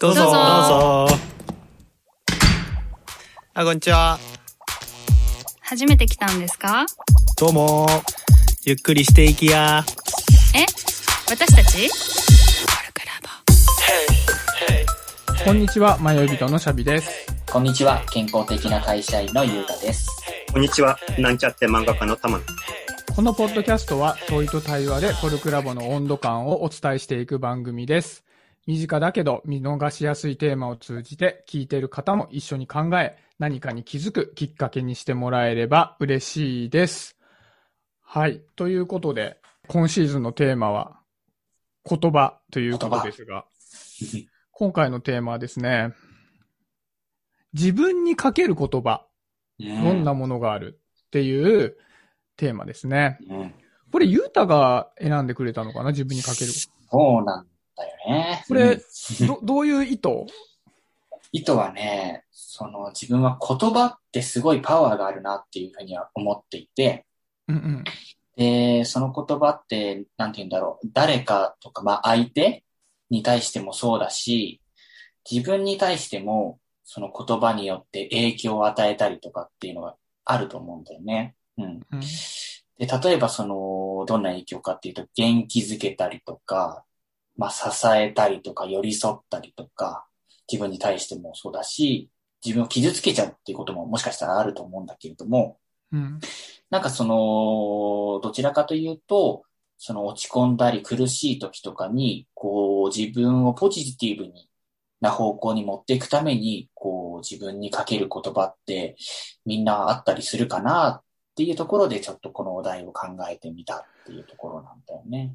どうぞどうぞあこんにちは初めて来たんですかどうもゆっくりしていきやえ私たちコルクラボこんにちは、迷い人のシャビです。こんにちは。健康的な会社員のゆうたです。こんにちは。なんちゃって漫画家の玉野。このポッドキャストは問いと対話でコルクラボの温度感をお伝えしていく番組です。身近だけど見逃しやすいテーマを通じて聞いてる方も一緒に考え、何かに気づくきっかけにしてもらえれば嬉しいです。はい。ということで、今シーズンのテーマは言葉ということですが、今回のテーマはですね、自分にかける言葉どんなものがあるっていうテーマですね。うんこれ、ゆうたが選んでくれたのかな自分にかける。そうなんだよね。こうれん、ど、どういう意図意図はね、その自分は言葉ってすごいパワーがあるなっていうふうには思っていて、うんうん。で、その言葉って、なんて言うんだろう。誰かとか、まあ相手に対してもそうだし、自分に対しても、その言葉によって影響を与えたりとかっていうのがあると思うんだよね。うん。うんで、例えばその、どんな影響かっていうと、元気づけたりとか、まあ支えたりとか、寄り添ったりとか、自分に対してもそうだし、自分を傷つけちゃうっていうことももしかしたらあると思うんだけれども、うん。なんかその、どちらかというと、その落ち込んだり苦しい時とかに、こう自分をポジティブにな方向に持っていくために、こう自分にかける言葉ってみんなあったりするかなっていうところでちょっとこのお題を考えてみたっていうところなんだよね。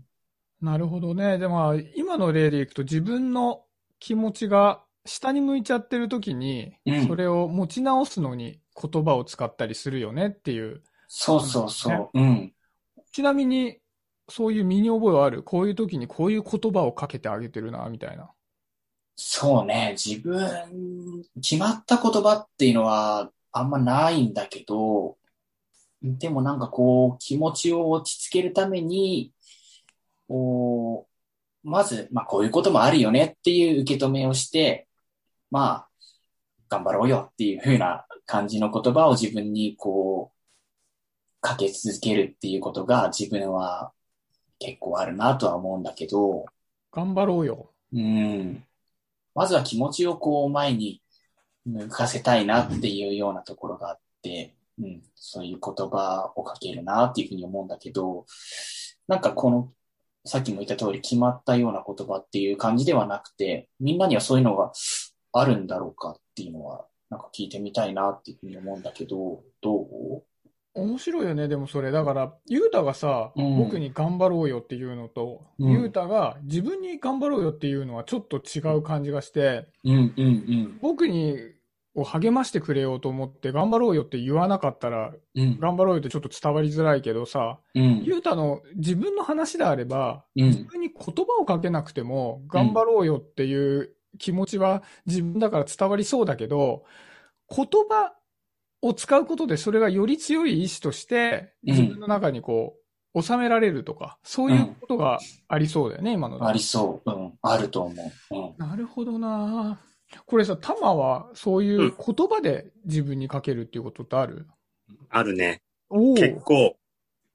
なるほどね。でも、今の例でいくと、自分の気持ちが下に向いちゃってる時に、うんそれを持ち直すのに言葉を使ったりするよねっていう。そうそうそう。うん。ちなみに、そういう身に覚えはある。こういう時にこういう言葉をかけてあげてるな、みたいな。そうね。自分、決まった言葉っていうのはあんまないんだけど、でもなんかこう、気持ちを落ち着けるために、こう、まず、まあこういうこともあるよねっていう受け止めをして、まあ、頑張ろうよっていう風な感じの言葉を自分にこう、かけ続けるっていうことが自分は結構あるなとは思うんだけど、頑張ろうよ。うん。まずは気持ちをこう前に向かせたいなっていうようなところがあって、うん、そういう言葉をかけるなっていうふうに思うんだけど、なんかこの、さっきも言った通り決まったような言葉っていう感じではなくて、みんなにはそういうのがあるんだろうかっていうのは、なんか聞いてみたいなっていうふうに思うんだけど、どう面白いよね、でもそれ。だから、ゆうたがさ、うん僕に頑張ろうよっていうのと、うんゆうたが自分に頑張ろうよっていうのはちょっと違う感じがして、うんうん僕に、を励ましてくれようと思って、頑張ろうよって言わなかったら、うん。うん。頑張ろうよってちょっと伝わりづらいけどさ、うん。ゆうたの自分の話であれば、うん。自分に言葉をかけなくても、頑張ろうよっていう気持ちは自分だから伝わりそうだけど、言葉を使うことでそれがより強い意志として、うん自分の中にこう、収められるとか、そういうことがありそうだよね、今のでありそう。うん。あると思う。うん。なるほどなこれさ、タマはそういう言葉で自分にかけるっていうことってある、あるね。おお結構、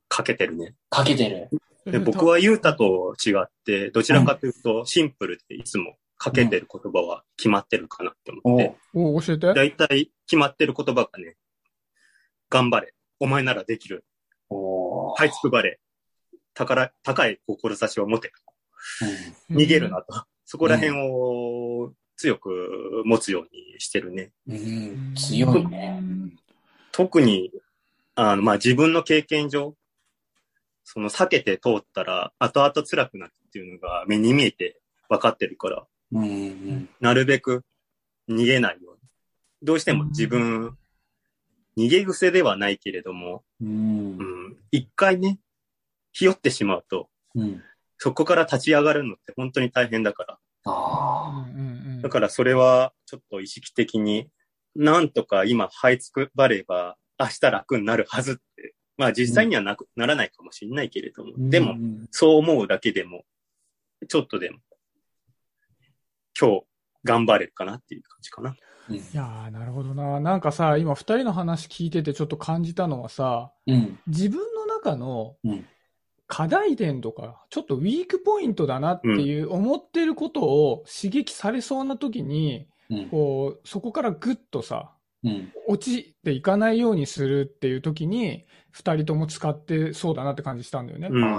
かけてるね。かけてる。で僕はゆうたと違って、どちらかというと、シンプルでいつもかけてる言葉は決まってるかなって思おって。お教えて。だいたい決まってる言葉がね、頑張れ。お前ならできる。おー這いつくばれ。宝、高い志を持て。うん逃げるなと。そこら辺を強く持つようにしてるね。うん、強いね。特に、あの、まあ、自分の経験上、その避けて通ったら、後々辛くなるっていうのが目に見えて分かってるから、うんうん、なるべく逃げないように。どうしても自分、逃げ癖ではないけれども、うんう、ん、一回ね、ひよってしまうと、うん。そこから立ち上がるのって本当に大変だから。うんああ、うんうだんからそれは、ちょっと意識的に、なんとか今、這いつくばれば、明日楽になるはずって。まあ実際にはなく、ならないかもしれないけれども、でうも、ん、そう思うだけでも、ちょっとでも、今日、頑張れるかなっていう感じかな。うんいやー、なるほどな。なんかさ、今二人の話聞いててちょっと感じたのはさ、うん。自分の中のうん課題点とか、ちょっとウィークポイントだなっていう思ってることを刺激されそうな時に、うん。こう、そこからぐっとさ、うん。落ちていかないようにするっていう時に、二人とも使ってそうだなって感じしたんだよね。うん。あな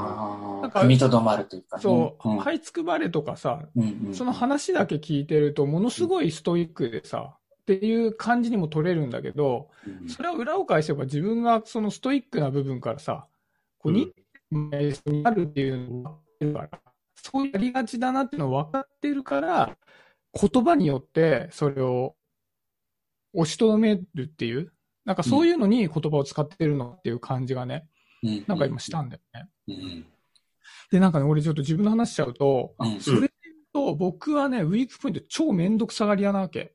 んあ、か踏みとどまるというかね。そう、ん這いつくばれとかさ、うんうんその話だけ聞いてると、ものすごいストイックでさ、っていう感じにも取れるんだけど、うんそれを裏を返せば自分がそのストイックな部分からさ、こう、ニッチになるっていうのが分かってるから、そうやりがちだなっていうのを分かってるから、言葉によってそれを押しとどめるっていう、なんかそういうのに言葉を使ってるのっていう感じがね、うんなんか今したんだよね。うん。で、なんかね、俺ちょっと自分の話しちゃうと、うんそれで言うと、僕はね、ウィークポイント超めんどくさがり屋なわけ。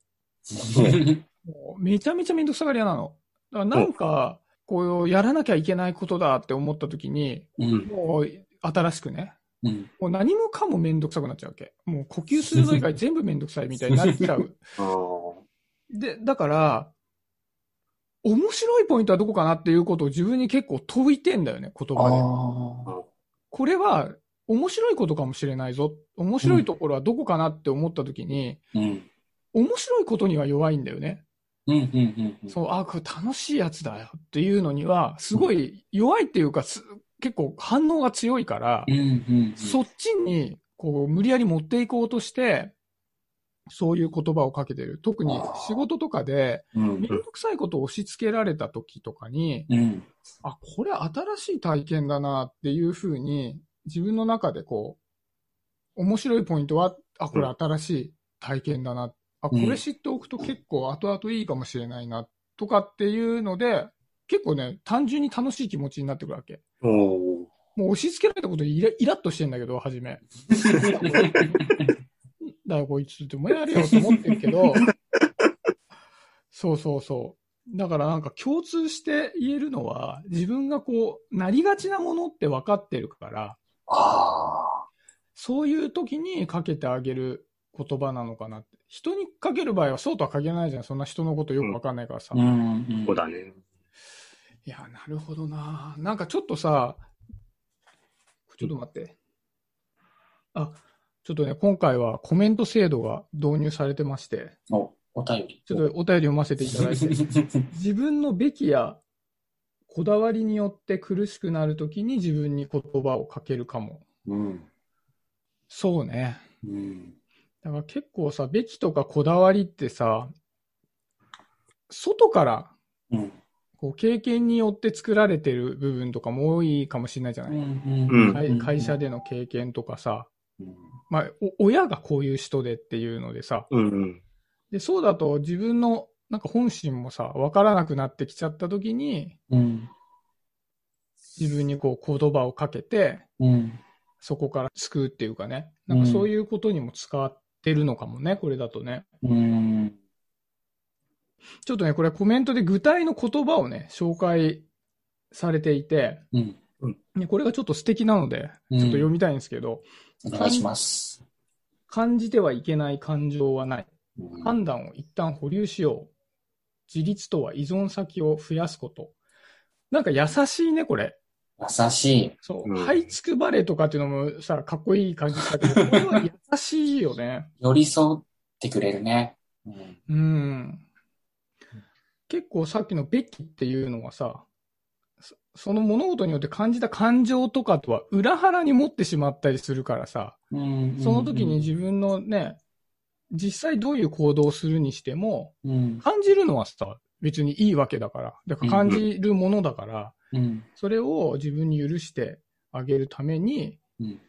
もうめちゃめちゃめんどくさがり屋なの。だからなんか、こう、やらなきゃいけないことだって思った時に、うん。もう、新しくね、うん。もう何もかもめんどくさくなっちゃうわけ。もう呼吸するの以外全部めんどくさいみたいになっちゃう。あーで、だから、面白いポイントはどこかなっていうことを自分に結構解いてんだよね、言葉で。ああ。これは面白いことかもしれないぞ。面白いところはどこかなって思った時に、うん。面白いことには弱いんだよね。うん。うん。うん。そう、あ、これ楽しいやつだよっていうのには、すごい弱いっていうか、す結構反応が強いからう、ん。うん。そっちに、こう、無理やり持っていこうとして、そういう言葉をかけてる。特に仕事とかで、うん。うんめんどくさいことを押し付けられた時とかに、うん。あ、これ新しい体験だなっていうふうに、自分の中でこう、面白いポイントは、あ、これ新しい体験だな。あ、これ知っておくと結構後々いいかもしれないな、とかっていうので、結構ね、単純に楽しい気持ちになってくるわけ。おーもう押し付けられたことにイライラッとしてんだけど、初め。だよ、こいつってもうやれよと思ってるけど、そうそうそう。だからなんか共通して言えるのは、自分がこう、なりがちなものって分かってるから、ああ。そういう時にかけてあげる言葉なのかなって。人にかける場合はそうとは限らないじゃん。そんな人のことよく分かんないからさ。ういん。うんそうだね。や、なるほどな。なんかちょっとさ、ちょっと待って。あ、ちょっとね、今回はコメント制度が導入されてまして、お、お便り。ちょっとお便り読ませていただいて。 自分のべきやこだわりによって苦しくなるときに自分に言葉をかけるかも。うん。そうね。うん。だから結構さ、べきとかこだわりってさ、外からうん。こう経験によって作られてる部分とかも多いかもしれないじゃうない、うん会会社。での経験とかさ、うん。まあ、お親がこういう人でっていうのでさ、うんうん。でそうだと自分のなんか本心もさ、わからなくなってきちゃったときに、うん。自分にこう言葉をかけて、うん。そこから救うっていうかね。なんかそういうことにも使ってるのかもね、これだとね。うん。ちょっとね、これコメントで具体の言葉をね、紹介されていて、うん。ねこれがちょっと素敵なので、ちょっと読みたいんですけど、お願いします。感じてはいけない感情はない。うん判断を一旦保留しよう。自立とは依存先を増やすこと。なんか優しいね、これ。優しい。そう。うんはいつくばれとかっていうのもさ、かっこいい感じだけど、これは優しいよね。寄り添ってくれるね。うん。うん。結構さっきのべきっていうのはさ、そその物事によって感じた感情とかとは裏腹に持ってしまったりするからさ、うんその時に自分のね、実際どういう行動をするにしても、うん。感じるのはさ、別にいいわけだから、だから感じるものだから、うん。それを自分に許してあげるためにうん。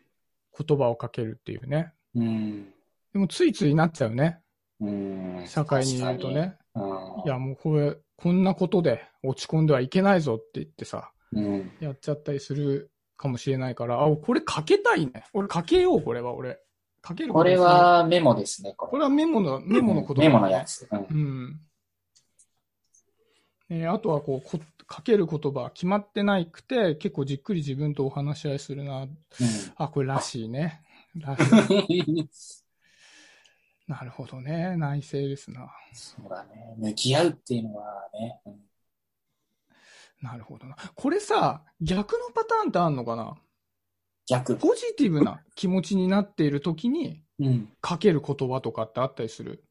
言葉をかけるっていうね。うん。でもついついなっちゃうね、うん。社会にいるとね。確かいや、もうこれ、こんなことで落ち込んではいけないぞって言ってさ、に。うん。うん。やっちゃったりするかもしれないから、あ、これかけたいね。俺かけよう、これは俺。かけるこれ、はメモですね、これ。これはメモの、メモのこと、メモのや。つ。うんうん。えーあとはこうこ、かける言葉決まってないくて、結構じっくり自分とお話し合い するな。あ、これらしいね。らしい。うんなるほどね。内省ですな。そうだね。向き合うっていうのはね。うんなるほどな。これさ、逆のパターンってあんのかな逆。ポジティブな気持ちになっている時にうん。かける言葉とかってあったりする。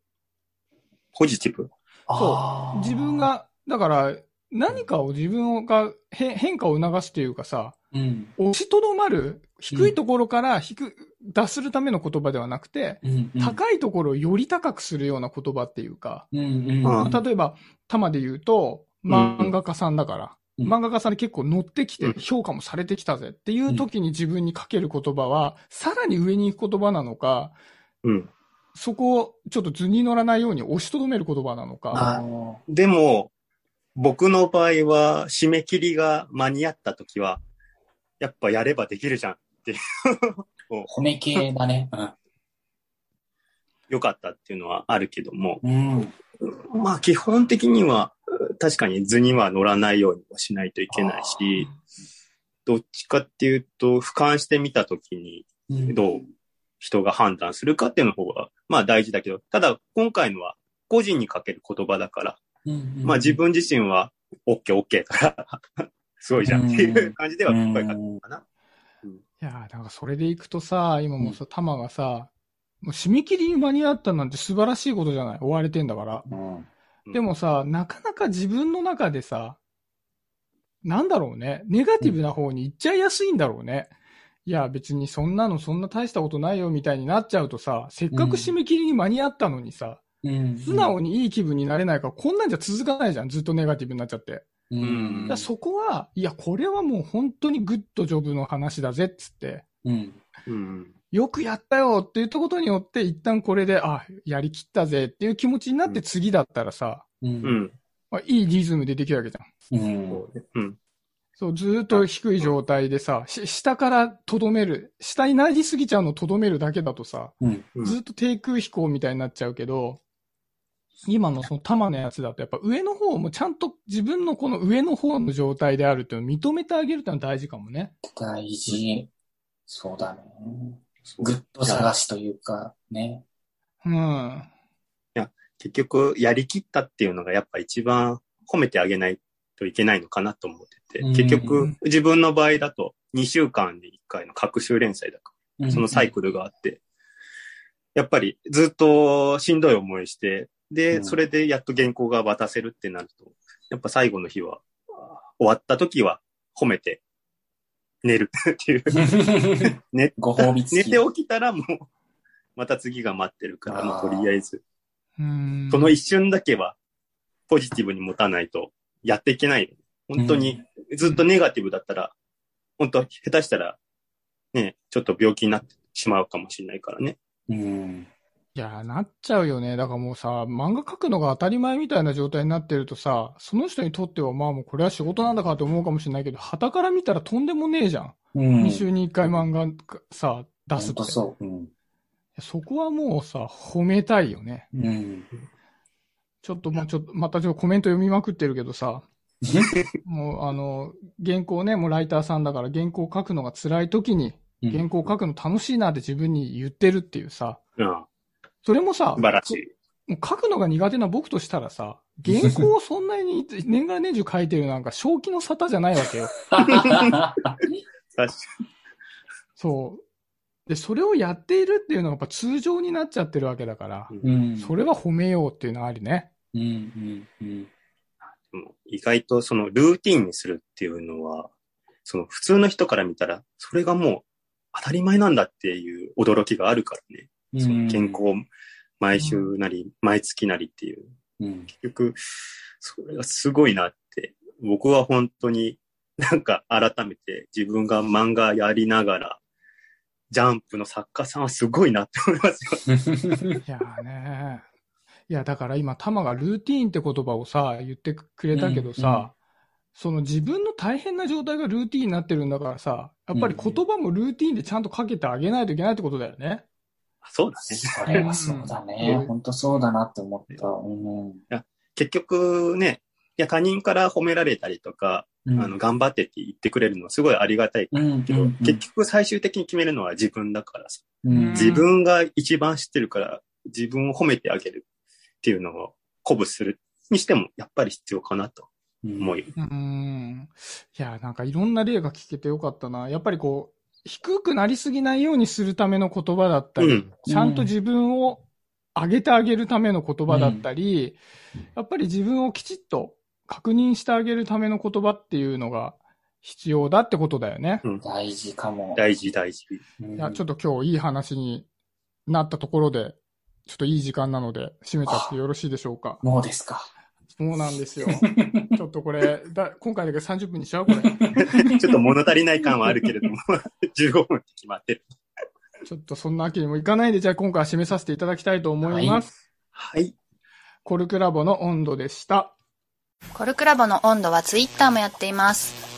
ポジティブ。あー自分、が、だから何かを自分が変変化を促すというかさ、うん。押しとどまる、低いところから低く、脱するための言葉ではなくて、うん、うん。高いところをより高くするような言葉っていうか、うん、うん。あ例えば、玉で言うと、うん漫画家さんだから、うん漫画家さんに結構乗ってきうてん評価もされてきたぜっていう時に自分にかける言葉は、さらに上に行く言葉なのか、うん。そこをちょっと図に乗らないように押しとどめる言葉なのか。あの、でも、僕の場合は、締め切りが間に合った時は、やっぱやればできるじゃん。褒め系だね。よかったっていうのはあるけども、うん。うん。まあ基本的には、確かに図には乗らないようにもしないといけないし、どっちかっていうと、俯瞰してみた時に、うんどう人が判断するかっていうの方が、まあ大事だけど、ただ今回のは個人にかける言葉だから、うんまあ自分自身は、オッケーオッケーだから、 すごいじゃんっていう感じでは声かけたかな。いやー、なんかそれで行くとさ、今もうさ、玉がさ、もう締め切りに間に合ったなんて素晴らしいことじゃない追われてんだから。うん。うんでもさ、なかなか自分の中でさ、なんだろうね。ネガティブな方に行っちゃいやすいんだろうね。いや、別にそんなのそんな大したことないよみたいになっちゃうとさ、せっかく締め切りに間に合ったのにさ、うん。素直にいい気分になれないから、こんなんじゃ続かないじゃん。ずっとネガティブになっちゃって。うん。うんだからそこは、いや、これはもう本当にグッドジョブの話だぜっつって、うん。うん。よくやったよって言ったことによって、一旦これで、あ、やりきったぜっていう気持ちになっうてん次だったらさ、う。うんん。まあいいリズムでできるわけじゃん。うん。うん。そう、ずーっと低い状態でさ、し下からとどめる。下になりすぎちゃうのをとどめるだけだとさ、うん。うんずーっと低空飛行みたいになっちゃうけど、今のその玉のやつだとやっぱ上の方もちゃんと自分のこの上の方の状態であるっていうのを認めてあげるっていうのは大事かもね。大事。そうだね。ぐっと探しというか、ね。うん。結局、やりきったっていうのがやっぱ一番褒めてあげないといけないのかなと思ってて、うん結局、自分の場合だと2週間に1回の各週連載だから、そ のサイクルがあって、やっぱりずっとしんどい思いして、うで、んそれでやっと原稿が渡せるってなると、やっぱ最後の日は、終わった時は褒めて、寝るっていう。寝ご褒美付寝き。て起きたらもう、また次が待ってるから、まあとりあえず、うんその一瞬だけは、ポジティブに持たないと、やっていけないよ。本当に、ずっとネガティブだったら、本当、下手したら、ね、ちょっと病気になってしまうかもしれないからね。うん。いやー、なっちゃうよね。だからもうさ、漫画描くのが当たり前みたいな状態になってるとさ、その人にとってはまあもうこれは仕事なんだからと思うかもしれないけど、旗から見たらとんでもねえじゃん。うん。 2週に1回漫画かさ、出すほんって。とそう。うん。そこはもうさ、褒めたいよね。うん。ちょっともうちょっと、またちょっとコメント読みまくってるけど さ、もうあの、原稿ね、もうライターさんだから原稿書くのが辛い時に、うん原稿書くの楽しいなって自分に言ってるっていうさ、うん。それもさ、素晴らしい。もう書くのが苦手な僕としたら さ、原稿をそんなに年がら年中書いてるなんか正気の沙汰じゃないわけ よ。確かそう。で、それをやっているっていうのがやっぱ通常になっちゃってるわけだから、 うん。それは褒めようっていうのはありね。うん。うん。うん。にもう意外とそのルーティンにするっていうのは、その普通の人から見たら、それがもう当たり前なんだっていう驚きがあるからね。その健康、毎週なり、毎月なりっていう。うん。結局、それがすごいなって、僕は本当になんか改めて自分が漫画やりながら、ジャンプの作家さんはすごいなって思いますよ。いやーねいや、だから今、タマがルーティーンって言葉をさ、言ってくれたけどさ、うんうんその自分の大変な状態がルーティーンになってるんだからさ、やっぱり言葉もルーティーンでちゃんとかけてあげないといけないってことだよね。そうだね。それはそうだね。ほんとそうだなって思った。うん。結局ね、いや他人から褒められたりとか、あの、頑張ってって言ってくれるのはすごいありがたいうん、けど、結局最終的に決めるのは自分だからさ。うん、自分が一番知ってるから、自分を褒めてあげるっていうのを鼓舞するにしても、やっぱり必要かなと思うよ。うん。いや、なんかいろんな例が聞けてよかったな。やっぱりこう、低くなりすぎないようにするための言葉だったり、うんちゃんと自分を上げてあげるための言葉だったり、やっぱり自分をきちっと確認してあげるための言葉っていうのが必要だってことだよね。大事かも。大事、大事。 うんいや、ちょっと今日いい話になったところで、ちょっといい時間なので、締めちゃってよろしいでしょうか。もうですか。そうなんですよ。ちょっとこれ、だ今回だけ30分にしちゃうこれ。ちょっと物足りない感はあるけれども、15分って決まってる。ちょっとそんなわけにもいかないで、じゃあ今回は締めさせていただきたいと思います。はい。コルクラボの温度でした。コルクラボの温度はツイッターもやっています。